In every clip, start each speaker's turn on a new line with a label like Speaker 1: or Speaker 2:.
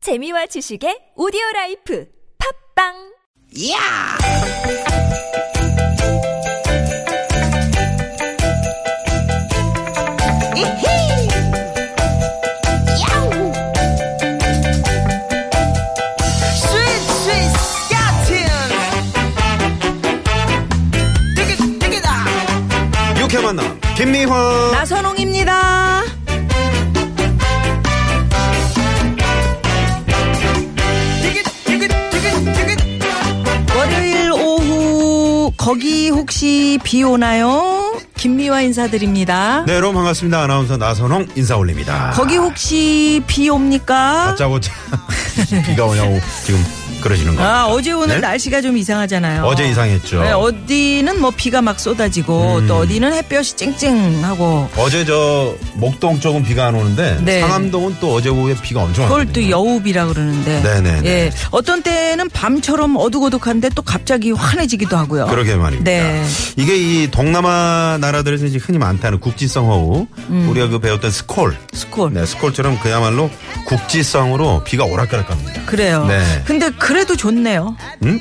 Speaker 1: 재미와 지식의 오디오 라이프 팝빵
Speaker 2: 야! 이히! 야우! 스윗, 스윗, 야틴! 띠기, 띠기다!
Speaker 3: 육회 만남 김미화
Speaker 2: 나선홍입니다. 띠기, 띠기, 띠기, 띠기.
Speaker 4: 월요일 오후 거기 혹시 비 오나요? 김미화 인사드립니다.
Speaker 3: 네 여러분 반갑습니다 아나운서 나선홍 인사 올립니다
Speaker 4: 거기 혹시 비 옵니까?
Speaker 3: 다짜고짜 비가 오냐고 지금 그러시는 거예요
Speaker 4: 아, 어제 오늘
Speaker 3: 네?
Speaker 4: 날씨가 좀 이상하잖아요.
Speaker 3: 어제 이상했죠 음.
Speaker 4: 네, 어디는 뭐 비가 막 쏟아지고 또 어디는 햇볕이 찡찡하고
Speaker 3: 어제 저 목동 쪽은 비가 안 오는데
Speaker 4: 네.
Speaker 3: 상암동은 또 어제 오후에 비가 엄청
Speaker 4: 그걸
Speaker 3: 왔거든요.
Speaker 4: 또 여우비라 그러는데.
Speaker 3: 네네네.
Speaker 4: 예. 어떤 때는 밤처럼 어둑어둑한데 또 갑자기 환해지기도 하고요.
Speaker 3: 그러게 말입니다.
Speaker 4: 네.
Speaker 3: 이게 이 동남아 나라들에서 이제 흔히 많다는 국지성 허우
Speaker 4: 음.
Speaker 3: 우리가 그 배웠던 스콜
Speaker 4: 스콜.
Speaker 3: 네 스콜처럼 그야말로 국지성으로 비가 오락가락합니다.
Speaker 4: 그래요.
Speaker 3: 네.
Speaker 4: 근데 그래도 좋네요.
Speaker 3: 응?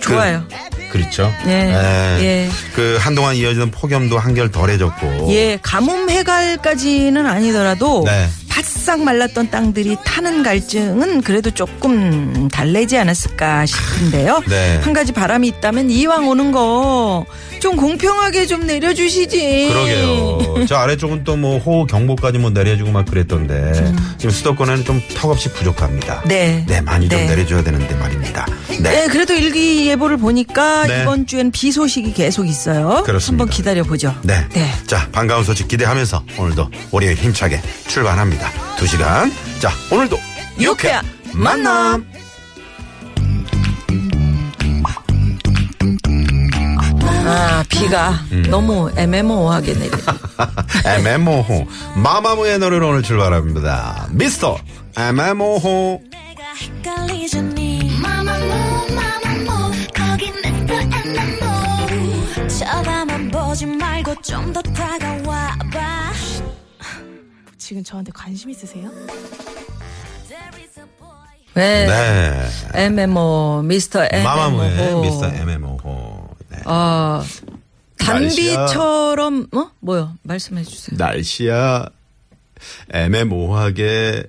Speaker 4: 좋아요.
Speaker 3: 그렇죠.
Speaker 4: 예.
Speaker 3: 네.
Speaker 4: 예.
Speaker 3: 그 한동안 이어지던 폭염도 한결 덜해졌고.
Speaker 4: 예, 가뭄 해갈까지는 아니더라도
Speaker 3: 어. 네.
Speaker 4: 바싹 말랐던 땅들이 타는 갈증은 그래도 조금 달래지 않았을까 싶은데요.
Speaker 3: 네.
Speaker 4: 한 가지 바람이 있다면 이왕 오는 거 좀 공평하게 좀 내려주시지.
Speaker 3: 그러게요. 저 아래쪽은 또 뭐 호우 경보까지 뭐 내려주고 막 그랬던데 지금 수도권에는 좀 턱없이 부족합니다.
Speaker 4: 음. 네.
Speaker 3: 많이 좀
Speaker 4: 네.
Speaker 3: 내려줘야 되는데 말입니다. 네.
Speaker 4: 네, 그래도 일기예보를 보니까
Speaker 3: 네.
Speaker 4: 이번 주엔 비 소식이 계속 있어요.
Speaker 3: 그렇습니다.
Speaker 4: 한번 기다려보죠.
Speaker 3: 네.
Speaker 4: 네.
Speaker 3: 자, 반가운 소식 기대하면서 오늘도 월요일 힘차게 출발합니다. 두 시간. 자, 오늘도
Speaker 4: 유쾌한 만남. 아, 비가
Speaker 3: 음.
Speaker 4: 너무 애매모호하게 내리네.
Speaker 3: MMO호. 마마무의 노래로 오늘 출발합니다. 미스터 MMO호.
Speaker 5: 내가 헷갈리잖니 마마무 뭐, 마마무 뭐, 거긴 내또 안나무 쳐다만 보지 말고 좀 더 다가와 봐
Speaker 6: 지금 저한테 관심 있으세요?
Speaker 4: 네.
Speaker 3: 네.
Speaker 4: MMO, 미스터 MMO.
Speaker 3: 마마무의 미스터 MMO호. 네.
Speaker 4: 어,
Speaker 3: 날씨야.
Speaker 4: 단비처럼, 어? 뭐요? 말씀해 주세요.
Speaker 3: 날씨야 애매모호하게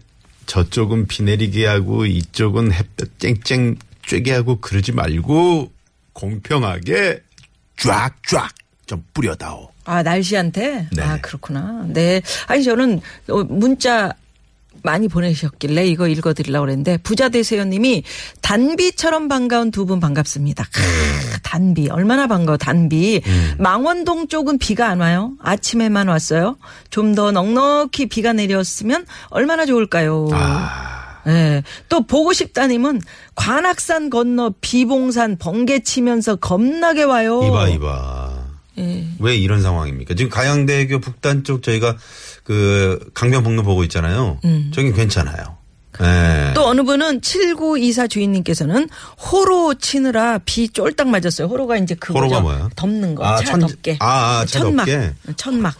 Speaker 3: 저쪽은 비 내리게 하고 이쪽은 햇볕 쨍쨍 쬐게 하고 그러지 말고 공평하게 쫙쫙 좀 뿌려다오.
Speaker 4: 아, 날씨한테?
Speaker 3: 네.
Speaker 4: 아, 그렇구나. 네. 아니, 저는 어, 문자 많이 보내셨길래 이거 읽어드리려고 그랬는데, 부자대세요 님이 단비처럼 반가운 두 분 반갑습니다.
Speaker 3: 네.
Speaker 4: 크, 단비. 얼마나 반가워, 단비.
Speaker 3: 음.
Speaker 4: 망원동 쪽은 비가 안 와요? 아침에만 왔어요? 좀 더 넉넉히 비가 내렸으면 얼마나 좋을까요?
Speaker 3: 아.
Speaker 4: 예. 또 보고 싶다님은 관악산 건너 비봉산 번개 치면서 겁나게 와요.
Speaker 3: 이봐 이봐.
Speaker 4: 예.
Speaker 3: 왜 이런 상황입니까? 지금 가양대교 북단 쪽 저희가 그 강변북로 보고 있잖아요. 저긴 괜찮아요. 예.
Speaker 4: 음. 또 어느 분은 7924 주인님께서는 호로 치느라 비 쫄딱 맞았어요. 호로가 이제 그거
Speaker 3: 호로가 뭐야?
Speaker 4: 덮는 거.
Speaker 3: 아,
Speaker 4: 차
Speaker 3: 천-
Speaker 4: 덮개.
Speaker 3: 아, 아, 차
Speaker 4: 천막. 어,
Speaker 3: 덮개.
Speaker 4: 천막.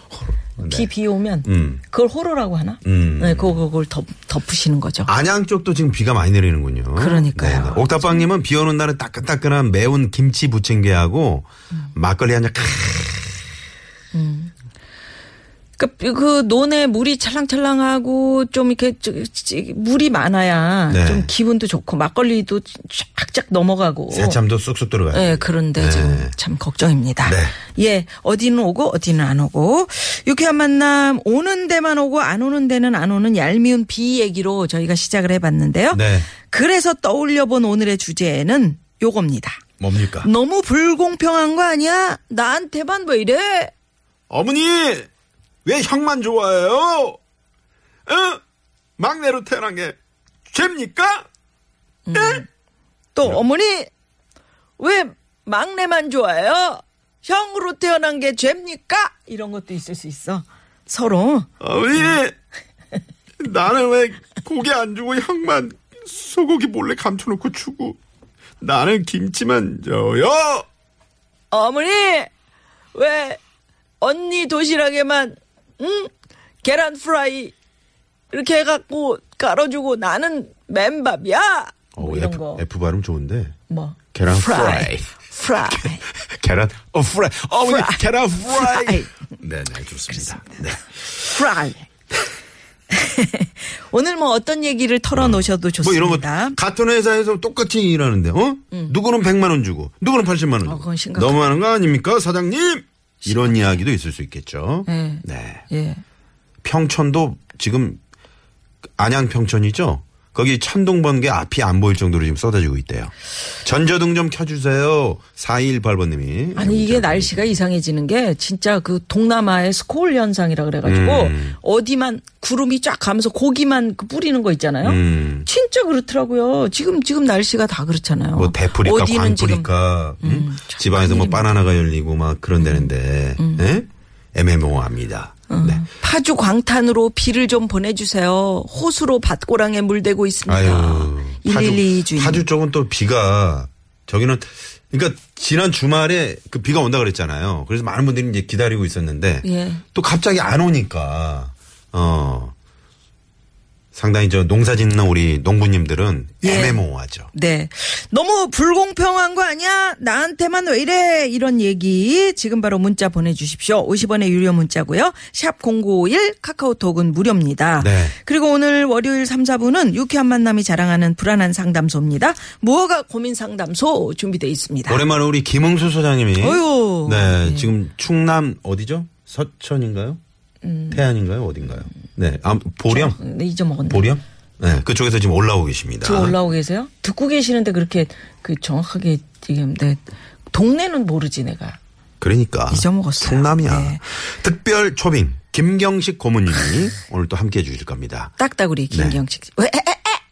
Speaker 4: 비 비 오면
Speaker 3: 네. 음.
Speaker 4: 그걸 호로라고 하나?
Speaker 3: 음. 아.
Speaker 4: 네, 그거- 그걸 덮, 덮으시는 거죠.
Speaker 3: 안양 쪽도 지금 비가 많이 내리는군요.
Speaker 4: 그러니까요.
Speaker 3: 네네. 옥탑방님은 비 오는 날은 따끈따끈한 매운 김치 부침개하고 막걸리 한 잔. 캬.
Speaker 4: 그러니까 그 논에 물이 찰랑찰랑하고 좀 이렇게 저- 저- 물이 많아야
Speaker 3: 네.
Speaker 4: 좀 기분도 좋고 막걸리도 쫙쫙 넘어가고
Speaker 3: 새참도 쑥쑥 들어가요.
Speaker 4: 예, 그런데 지금 참 걱정입니다.
Speaker 3: 네.
Speaker 4: 예, 어디는 오고 어디는 안 오고 유쾌한 만남 오는 데만 오고 안 오는 데는 안 오는 얄미운 비 얘기로 저희가 시작을 해봤는데요.
Speaker 3: 네.
Speaker 4: 그래서 떠올려본 오늘의 주제는 요겁니다.
Speaker 3: 뭡니까?
Speaker 4: 너무 불공평한 거 아니야? 나한테만 왜 이래?
Speaker 3: 어머니 왜 형만 좋아해요? 응? 막내로 태어난 게 죄입니까?
Speaker 4: 음. 또
Speaker 3: 네.
Speaker 4: 어머니 왜 막내만 좋아해요? 형으로 태어난 게 죄입니까? 이런 것도 있을 수 있어. 서로
Speaker 3: 어머니 나는 왜 고기 안 주고 형만 소고기 몰래 감춰놓고 주고 나는 김치만 줘요.
Speaker 4: 어머니 왜 언니 도시락에만 응 계란 프라이 이렇게 해갖고 깔아주고 나는 맨밥이야. 뭐
Speaker 3: 어,
Speaker 4: 이런
Speaker 3: F,
Speaker 4: 거.
Speaker 3: F 발음 좋은데.
Speaker 4: 뭐.
Speaker 3: 계란
Speaker 4: 프라이.
Speaker 3: 프라이.
Speaker 4: 프라이.
Speaker 3: 계란, 어, 프라이. 어, 우리
Speaker 4: 프라이.
Speaker 3: 계란 프라이.
Speaker 4: 프라이.
Speaker 3: 네네, 좋습니다. 네.
Speaker 4: 프라이. 오늘 뭐 어떤 얘기를 털어놓으셔도
Speaker 3: 뭐 이런 거
Speaker 4: 좋습니다. 음.
Speaker 3: 같은 회사에서 똑같이 일하는데 어 누구는 100만 원 주고 누구는 80만 원 주고
Speaker 4: 어, 그건 심각하다.
Speaker 3: 너무하는 거 아닙니까 사장님 이런 이야기도 있을 수 있겠죠
Speaker 4: 네.
Speaker 3: 네.
Speaker 4: 예.
Speaker 3: 평천도 지금 안양 평천이죠 거기 천둥 번개 앞이 안 보일 정도로 지금 쏟아지고 있대요 전조등 좀 켜주세요 4185님이
Speaker 4: 네, 아니 이게 날씨가 이상해지는 게 진짜 그 동남아의 스콜 현상이라 그래가지고 어디만 구름이 쫙 가면서 고기만 그 뿌리는 거 있잖아요.
Speaker 3: 음.
Speaker 4: 진짜 그렇더라고요. 지금 지금 날씨가 다 그렇잖아요.
Speaker 3: 뭐 대풀이까
Speaker 4: 어디는 지금
Speaker 3: 광풀이까 음? 지방에서 뭐 바나나가 열리고 막 그런다는데
Speaker 4: 음,
Speaker 3: 예? 애매모호합니다
Speaker 4: 어,
Speaker 3: 네.
Speaker 4: 파주 광탄으로 비를 좀 보내주세요. 호수로 밭고랑에 물대고 있습니다.
Speaker 3: 아유.
Speaker 4: 112
Speaker 3: 파주,
Speaker 4: 주인.
Speaker 3: 파주 쪽은 또 비가 저기는 그러니까 지난 주말에 그 비가 온다 그랬잖아요. 그래서 많은 분들이 이제 기다리고 있었는데
Speaker 4: 예.
Speaker 3: 또 갑자기 안 오니까 어 상당히 저 농사 짓는 우리 농부님들은
Speaker 4: 예.
Speaker 3: 애매모호하죠.
Speaker 4: 네. 너무 불공평한 거 아니야? 나한테만 왜 이래? 이런 얘기 지금 바로 문자 보내주십시오. 50원의 유료 문자고요. 샵 0951 카카오톡은 무료입니다.
Speaker 3: 네.
Speaker 4: 그리고 오늘 월요일 3, 4부는 유쾌한 만남이 자랑하는 불안한 상담소입니다. 무허가 고민 상담소 준비돼 있습니다.
Speaker 3: 오랜만에 우리 김흥수 소장님이
Speaker 4: 어휴. 예.
Speaker 3: 네, 지금 충남 어디죠? 서천인가요?
Speaker 4: 음.
Speaker 3: 태안인가요? 어딘가요? 네, 아, 보령
Speaker 4: 네, 잊어먹었네.
Speaker 3: 보령 네, 그쪽에서 지금 올라오고 계십니다.
Speaker 4: 음. 저 올라오고 계세요? 듣고 계시는데 그렇게 그 정확하게 지금 내 동네는 모르지 내가.
Speaker 3: 그러니까
Speaker 4: 잊어먹었어요.
Speaker 3: 충남이야.
Speaker 4: 네.
Speaker 3: 특별 초빙 김경식 고모님이 오늘 또 함께해 주실 겁니다.
Speaker 4: 딱따구리
Speaker 3: 네.
Speaker 4: 김경식. 왜, 에, 에,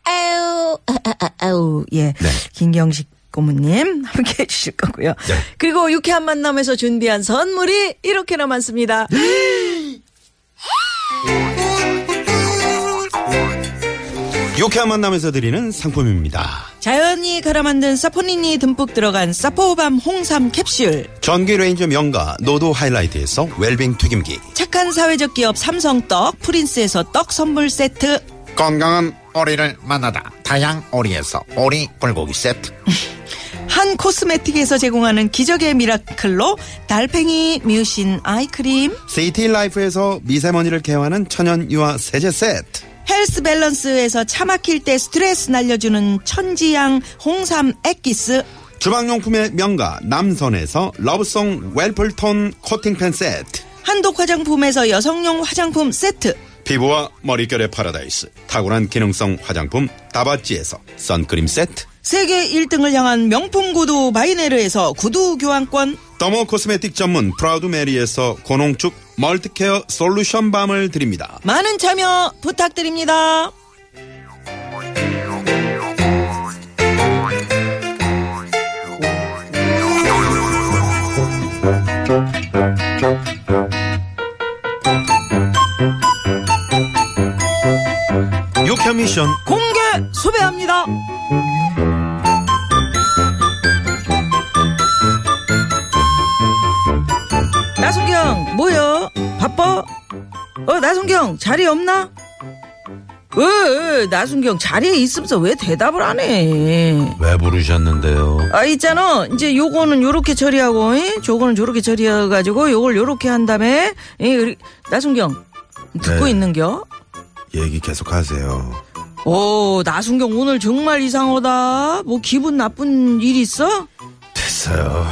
Speaker 4: 에, 아우, 아, 아, 아우, 예.
Speaker 3: 네.
Speaker 4: 김경식 고모님 함께 해주실 거고요.
Speaker 3: 네.
Speaker 4: 그리고 유쾌한 만남에서 준비한 선물이 이렇게나 많습니다.
Speaker 3: 유쾌한 만남에서 드리는 상품입니다.
Speaker 4: 자연이 갈아 만든 사포닌이 듬뿍 들어간 사포밤 홍삼 캡슐.
Speaker 3: 전기 레인저 명가 노도 하이라이트에서 웰빙 튀김기
Speaker 4: 착한 사회적 기업 삼성떡 프린스에서 떡 선물 세트.
Speaker 7: 건강한 오리를 만나다 다양 오리에서 오리 불고기 세트
Speaker 4: 한 코스메틱에서 제공하는 기적의 미라클로 달팽이 뮤신 아이크림.
Speaker 3: 세이티 라이프에서 미세먼지를 개화하는 천연 유화 세제 세트
Speaker 4: 헬스 밸런스에서 차 막힐 때 스트레스 날려주는 천지양 홍삼 액기스
Speaker 3: 주방용품의 명가 남선에서 러브송 웰플톤 코팅팬 세트
Speaker 4: 한독 화장품에서 여성용 화장품 세트
Speaker 3: 피부와 머릿결의 파라다이스 탁월한 기능성 화장품 다바찌에서 선크림 세트
Speaker 4: 세계 1등을 향한 명품 구두 바이네르에서 구두 교환권
Speaker 3: 더모 코스메틱 전문 프라우드 메리에서 고농축 멀티케어 솔루션 밤을 드립니다.
Speaker 4: 많은 참여 부탁드립니다.
Speaker 3: 유쾌 미션
Speaker 4: 공개 수배합니다. 나순경 뭐야? 바빠? 어 나순경 자리 없나? 왜, 왜 나순경 자리에 있으면서 왜 대답을 안 해?
Speaker 3: 왜 부르셨는데요?
Speaker 4: 아 있잖아 이제 요거는 요렇게 처리하고 이? 저거는 저렇게 처리해가지고 요걸 요렇게 한 다음에 이, 우리 나순경 듣고
Speaker 3: 네.
Speaker 4: 있는겨?
Speaker 3: 얘기 계속하세요.
Speaker 4: 오, 나순경 오늘 정말 이상하다. 뭐 기분 나쁜 일 있어?
Speaker 3: 됐어요.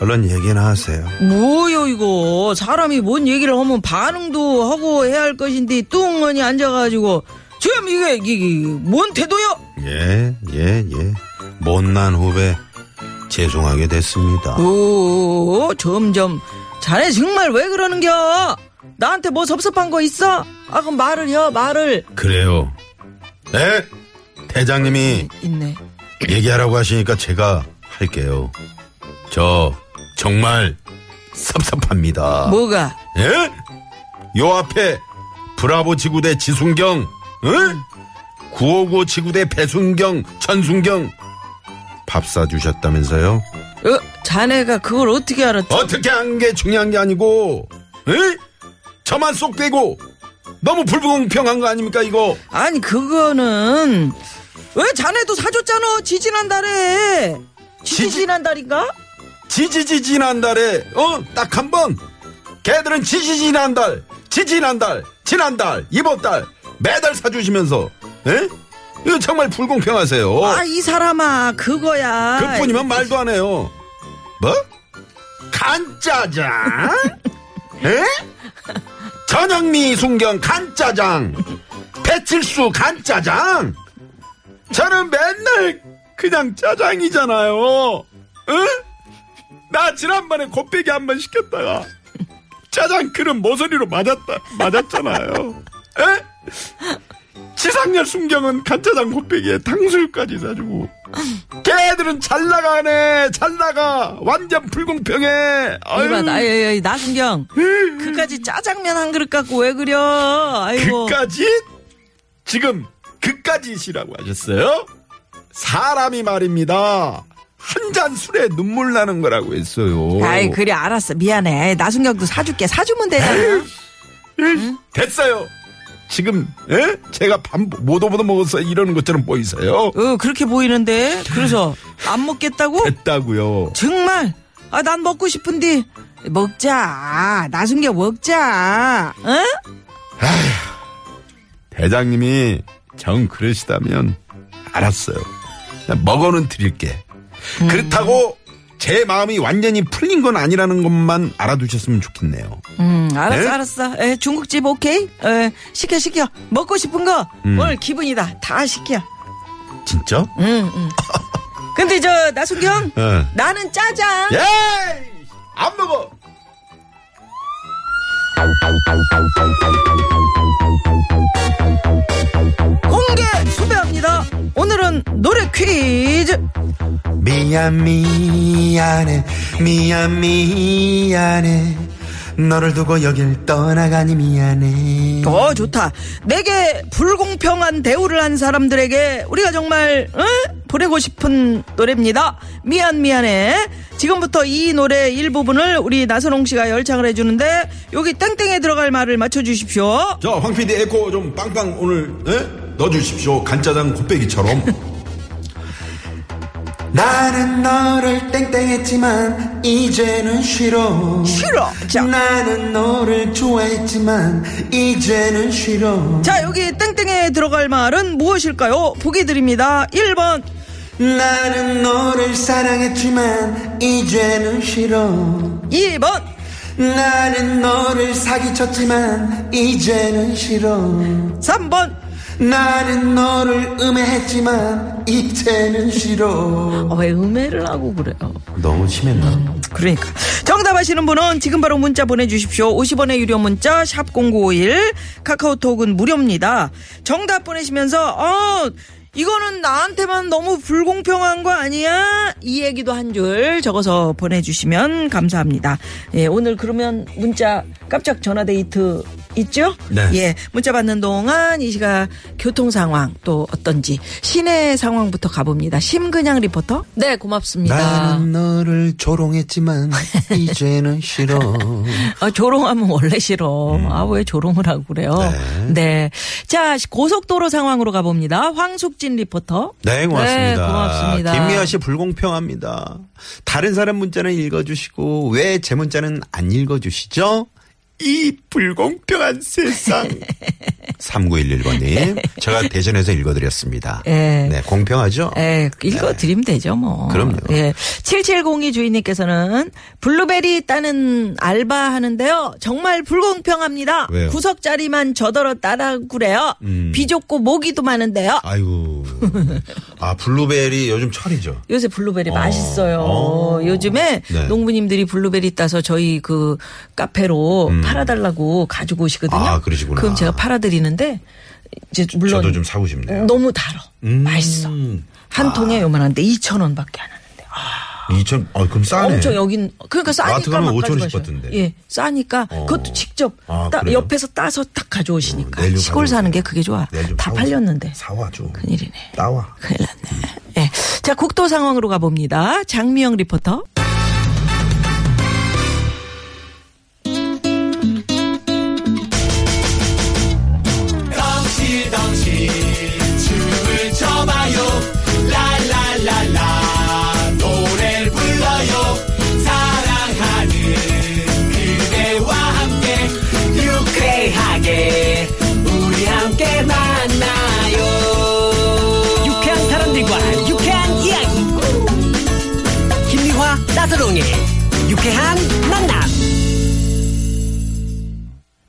Speaker 3: 얼른 얘기나 하세요.
Speaker 4: 뭐요 이거 사람이 뭔 얘기를 하면 반응도 하고 해야 할 것인데 뚱언이 앉아가지고 지금 이게 이게, 이게 뭔 태도요?
Speaker 3: 예, 예, 예. 못난 후배 죄송하게 됐습니다.
Speaker 4: 어? 오 점점 자네 정말 왜 그러는겨? 나한테 뭐 섭섭한 거 있어? 아 그럼 말을 해 말을
Speaker 3: 그래요. 네? 대장님이
Speaker 4: 있네
Speaker 3: 얘기하라고 하시니까 제가 할게요. 저 정말 섭섭합니다.
Speaker 4: 뭐가
Speaker 3: 예? 요 앞에 브라보 지구대 지순경, 응? 959 지구대 배순경, 전순경 밥 사주셨다면서요?
Speaker 4: 어, 자네가 그걸 어떻게 알았지?
Speaker 3: 어떻게 한 게 중요한 게 아니고, 응? 저만 쏙 빼고 너무 불공평한 거 아닙니까 이거?
Speaker 4: 아니 그거는 왜 자네도 사줬잖아 지지난달에
Speaker 3: 지지-
Speaker 4: 지지난달인가?
Speaker 3: 지지지 지난달에 어 딱 한 번. 걔들은 지지지 지난달, 지지난달, 지난달, 이번 달 매달 사주시면서 에? 이거 정말 불공평하세요.
Speaker 4: 아 이 사람아 그거야
Speaker 3: 어. 그뿐이면 말도 안 해요. 뭐? 간짜장? 에? 전영미 순경 간짜장. 배칠수 간짜장. 저는 맨날 그냥 짜장이잖아요. 응? 나 지난번에 곱빼기 한 번 시켰다가 짜장 그릇 모서리로 맞았다 맞았잖아요. 에? 지상렬 순경은 간짜장 곱빼기에 탕수육까지 사주고 걔들은 잘 나가네 잘 나가 완전 불공평해 아유, 음.
Speaker 4: 이봐 나예 나순경 그까지 짜장면 한 그릇 갖고 왜 그려 아이고
Speaker 3: 그까지 지금 그까지시라고 하셨어요 사람이 말입니다 한 잔 술에 눈물 나는 거라고 했어요
Speaker 4: 아이 그래 알았어 미안해 나순경도 사줄게 사주면 되잖아
Speaker 3: 됐어요 지금 에? 제가 밥못 오보도 먹어서 이러는 것처럼 보이세요
Speaker 4: 어 그렇게 보이는데 그래서 안 먹겠다고?
Speaker 3: 됐다고요
Speaker 4: 정말 아 난 먹고 싶은데 먹자 나순경 먹자 응?
Speaker 3: 대장님이 정 그러시다면 알았어요. 그냥 먹어는 드릴게.
Speaker 4: 음.
Speaker 3: 그렇다고 제 마음이 완전히 풀린 건 아니라는 것만 알아두셨으면 좋겠네요.
Speaker 4: 음, 알았어,
Speaker 3: 네?
Speaker 4: 알았어. 에, 중국집 오케이? 에, 시켜, 시켜. 먹고 싶은 거
Speaker 3: 음.
Speaker 4: 오늘 기분이다. 다 시켜.
Speaker 3: 진짜?
Speaker 4: 음. 근데 저 나순경,
Speaker 3: 어.
Speaker 4: 나는 짜장.
Speaker 3: 예! 안 먹어!
Speaker 4: 공개 수배합니다. 오늘은 노래 퀴즈.
Speaker 8: 미안 미안해 미안 미안해 너를 두고 여길 떠나가니 미안해
Speaker 4: 어, 좋다. 내게 불공평한 대우를 한 사람들에게 우리가 정말 응? 보내고 싶은 노래입니다. 미안 미안해. 지금부터 이 노래 일부분을 우리 나선홍 씨가 열창을 해주는데 여기 땡땡에 들어갈 말을 맞춰주십시오.
Speaker 3: 저, 황 PD 에코 좀 빵빵 오늘, 예? 넣어주십시오. 간짜장 곱빼기처럼.
Speaker 8: 나는 너를 땡땡했지만 이제는 싫어
Speaker 4: 싫어. 자.
Speaker 8: 나는 너를 좋아했지만 이제는 싫어
Speaker 4: 자, 여기 땡땡에 들어갈 말은 무엇일까요? 보기 드립니다. 1번,
Speaker 8: 나는 너를 사랑했지만 이제는 싫어
Speaker 4: 2번,
Speaker 8: 나는 너를 사기쳤지만 이제는 싫어
Speaker 4: 3번.
Speaker 8: 나는 너를 음해했지만 이제는 싫어
Speaker 4: 왜 음해를 하고 그래요?
Speaker 3: 너무 심했나?
Speaker 4: 그러니까. 정답 아시는 분은 지금 바로 문자 보내주십시오. 50원의 유료 문자, 샵0951. 카카오톡은 무료입니다. 정답 보내시면서, 어, 이거는 나한테만 너무 불공평한 거 아니야? 이 얘기도 한 줄 적어서 보내주시면 감사합니다. 예, 오늘 그러면 문자 깜짝 전화데이트 있죠?
Speaker 3: 네.
Speaker 4: 예, 문자 받는 동안 이 시각 교통 상황 또 어떤지 시내 상황부터 가봅니다. 심근양 리포터. 네, 고맙습니다.
Speaker 8: 나는 너를 조롱했지만 이제는 싫어
Speaker 4: 아, 조롱하면 원래 싫어.
Speaker 3: 음.
Speaker 4: 아, 왜 조롱을 하고 그래요? 네. 자, 고속도로 상황으로 가봅니다. 황숙진 리포터.
Speaker 3: 네,
Speaker 4: 네,
Speaker 3: 고맙습니다.
Speaker 4: 고맙습니다.
Speaker 3: 김미아 씨 불공평합니다. 다른 사람 문자는 읽어주시고 왜 제 문자는 안 읽어주시죠? 이 불공평한 세상. 3911번님, 제가 대신해서 읽어드렸습니다.
Speaker 4: 예.
Speaker 3: 네, 공평하죠?
Speaker 4: 예, 읽어드리면 되죠, 뭐.
Speaker 3: 네. 그럼요.
Speaker 4: 예. 7702 주인님께서는 블루베리 따는 알바 하는데요. 정말 불공평합니다.
Speaker 3: 왜요? 음.
Speaker 4: 구석자리만 저더러 따라 그래요. 비좁고 모기도 많은데요.
Speaker 3: 아이고. 아, 블루베리 요즘 철이죠?
Speaker 4: 요새 블루베리
Speaker 3: 어.
Speaker 4: 맛있어요.
Speaker 3: 어.
Speaker 4: 요즘에
Speaker 3: 네.
Speaker 4: 농부님들이 블루베리 따서 저희 그 카페로 팔아달라고 가지고 오시거든요.
Speaker 3: 음. 아, 그러시구나.
Speaker 4: 럼 제가 팔아드리는데 이제 물론
Speaker 3: 저도 좀 사고 싶네요. 음. 아.
Speaker 4: 너무 달어. 맛있어. 한 통에 요만한데 2천 원밖에 안 하는데.
Speaker 3: 2천, 아, 그럼 싸네.
Speaker 4: 엄청 여긴 그러니까 싸니까
Speaker 3: 마트 가면
Speaker 4: 막
Speaker 3: 5,000 원씩
Speaker 4: 가져가셔요.
Speaker 3: 받던데.
Speaker 4: 예, 싸니까
Speaker 3: 어.
Speaker 4: 그것도 직접
Speaker 3: 아,
Speaker 4: 따-
Speaker 3: 그래요?
Speaker 4: 옆에서 따서 딱 가져오시니까
Speaker 3: 어, 내일 좀
Speaker 4: 시골 사는 게 그게 좋아.
Speaker 3: 내일 네, 좀
Speaker 4: 다
Speaker 3: 사오자.
Speaker 4: 팔렸는데.
Speaker 3: 사와줘.
Speaker 4: 큰일이네.
Speaker 3: 따와.
Speaker 4: 큰일 났네. 예. 자, 국도 상황으로 가봅니다. 장미영 리포터.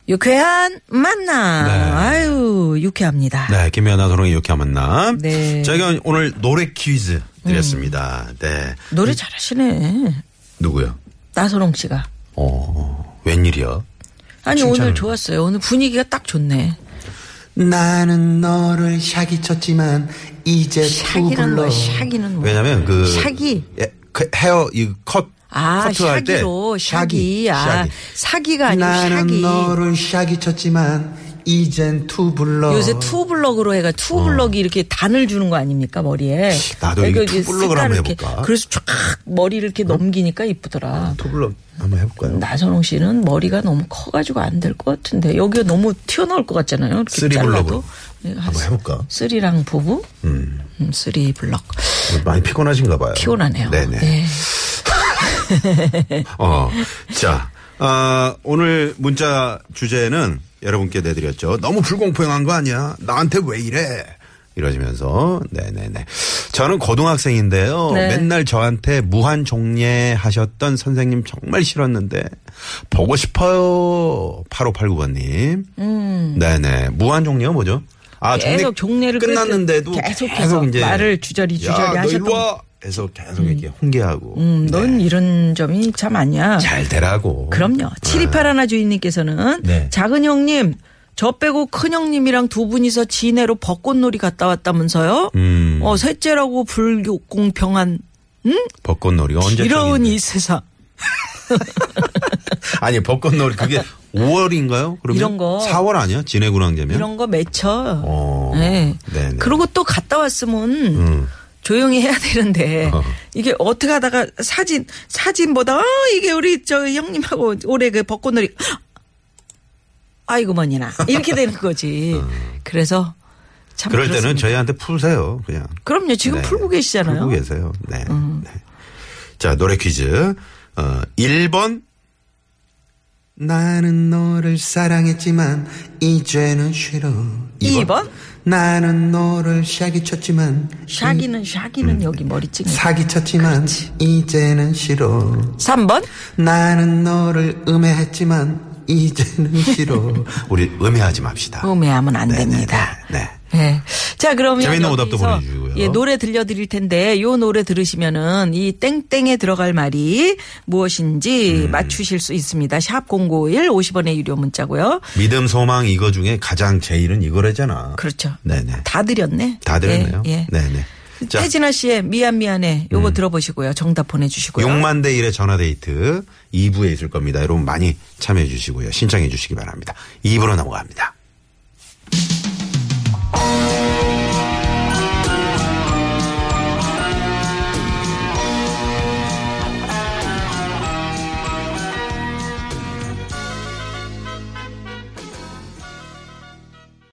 Speaker 4: 유쾌한 만남. 아유, 유쾌합니다.
Speaker 3: 네, 김혜연 아소롱의 유쾌한 만남.
Speaker 4: 네.
Speaker 3: 저희가 오늘 노래 퀴즈 드렸습니다. 네.
Speaker 4: 노래 잘하시네.
Speaker 3: 누구요?
Speaker 4: 나서롱 씨가.
Speaker 3: 어, 웬일이야?
Speaker 4: 아니,
Speaker 3: 칭찬을.
Speaker 4: 오늘 좋았어요. 오늘 분위기가 딱 좋네.
Speaker 8: 나는 너를 샥이 쳤지만 이제 두
Speaker 4: 샤기는
Speaker 8: 불러
Speaker 4: 뭐, 샤기는 뭐.
Speaker 3: 왜냐면 그.
Speaker 4: 샤기.
Speaker 3: 예, 그 헤어, 이 컷.
Speaker 4: 아,
Speaker 3: 커트할 때.
Speaker 4: 샤기로, 샤기. 아,
Speaker 3: 샤기.
Speaker 4: 사기가 아니고
Speaker 8: 나는
Speaker 4: 샤기.
Speaker 8: 너를 샥이 쳤지만 이젠 투 불러
Speaker 4: 요새 투블럭으로 해가 투블럭이 이렇게 단을 주는 거 아닙니까 머리에?
Speaker 3: 어. 나도 이게
Speaker 4: 그러니까 이게
Speaker 3: 투블럭을
Speaker 4: 색깔을
Speaker 3: 한번
Speaker 4: 이렇게
Speaker 3: 해볼까?
Speaker 4: 그래서 쫙 머리를 이렇게 넘기니까 이쁘더라.
Speaker 3: 투블럭 아, 한번 해볼까요?
Speaker 4: 나선홍 씨는 머리가 너무 커가지고 안 될 것 같은데 여기가 너무 튀어나올 것 같잖아요. 이렇게
Speaker 3: 쓰리 블럭으로.
Speaker 4: 잘라도 네,
Speaker 3: 한번 해볼까?
Speaker 4: 쓰리랑 부부, 음, 쓰리 블럭
Speaker 3: 많이 피곤하신가 봐요.
Speaker 4: 피곤하네요.
Speaker 3: 네네.
Speaker 4: 네.
Speaker 3: 어, 자, 아, 오늘 문자 주제는 여러분께 내드렸죠. 너무 불공평한 거 아니야? 나한테 왜 이래? 이러시면서, 네네네. 저는 고등학생인데요.
Speaker 4: 네.
Speaker 3: 맨날 저한테 무한 종례 하셨던 선생님 정말 싫었는데, 보고 싶어요. 8589번님. 네네. 무한 종례가 뭐죠? 아,
Speaker 4: 음. 계속 종례를 끊-
Speaker 3: 끝났는데도
Speaker 4: 계속해서
Speaker 3: 계속 이제
Speaker 4: 말을 주저리 주저리
Speaker 3: 야, 너 일로
Speaker 4: 하셨던
Speaker 3: 와! 해서 계속 이렇게 홍계하고.
Speaker 4: 음,
Speaker 3: 네.
Speaker 4: 넌 이런 점이 참 아니야.
Speaker 3: 잘 되라고.
Speaker 4: 그럼요. 7281 주인님께서는
Speaker 3: 음. 네.
Speaker 4: 작은 형님 저 빼고 큰 형님이랑 두 분이서 진해로 벚꽃놀이 갔다 왔다면서요?
Speaker 3: 음.
Speaker 4: 어 셋째라고 불공평한
Speaker 3: 벚꽃놀이가 언제
Speaker 4: 이런
Speaker 3: 적인데.
Speaker 4: 이 세상
Speaker 3: 아니 벚꽃놀이 그게 5월인가요? 그러면
Speaker 4: 이런 거.
Speaker 3: 4월 아니야? 진해군항제면
Speaker 4: 이런 거 맺혀.
Speaker 3: 예? 어.
Speaker 4: 네.
Speaker 3: 네네. 음.
Speaker 4: 그리고 또 갔다 왔으면 조용히 해야 되는데
Speaker 3: 어.
Speaker 4: 이게 어떻게 하다가 사진 사진보다 어, 이게 우리 저 형님하고 올해 그 벚꽃놀이 아이고 머니나 이렇게 되는 거지. 그래서
Speaker 3: 어.
Speaker 4: 참
Speaker 3: 그럴 때는
Speaker 4: 그렇습니다.
Speaker 3: 저희한테 풀세요 그냥.
Speaker 4: 그럼요. 지금
Speaker 3: 네.
Speaker 4: 풀고 계시잖아요. 음.
Speaker 3: 풀고 계세요. 네. 네. 자 노래 퀴즈 어, 1번
Speaker 8: 나는 너를 사랑했지만 이제는 싫어
Speaker 4: 이 번?
Speaker 8: 나는 너를 샥이 쳤지만
Speaker 4: 샤기는 샤기는
Speaker 3: 음.
Speaker 4: 여기 머리 찍는 거.
Speaker 8: 사기 쳤지만 이제는 싫어
Speaker 3: 네,
Speaker 4: 3번?
Speaker 8: 나는 너를 음해했지만 이제는 싫어
Speaker 3: 우리 음해하지 맙시다.
Speaker 4: 음해하면 안 됩니다.
Speaker 3: 네.
Speaker 4: 예. 자, 그러면.
Speaker 3: 재밌는
Speaker 4: 여기서,
Speaker 3: 오답도 보내주시고요.
Speaker 4: 예, 노래 들려드릴 텐데, 요 노래 들으시면은, 이 땡땡에 들어갈 말이
Speaker 3: 음.
Speaker 4: 무엇인지 맞추실 수 있습니다. 샵051, 50원의 유료 문자고요
Speaker 3: 믿음 소망 이거 중에 가장 제일은 이거래잖아.
Speaker 4: 그렇죠.
Speaker 3: 네네.
Speaker 4: 다 드렸네.
Speaker 3: 다 들었네요.
Speaker 4: 예, 예.
Speaker 3: 네네. 자 음.
Speaker 4: 태진아 씨의 미안 미안해 요거 들어보시고요. 정답 보내주시고요.
Speaker 3: 6만 대 1의 전화데이트 2부에 있을 겁니다. 여러분 많이 참여해 주시고요. 신청해 주시기 바랍니다. 2부로 넘어갑니다.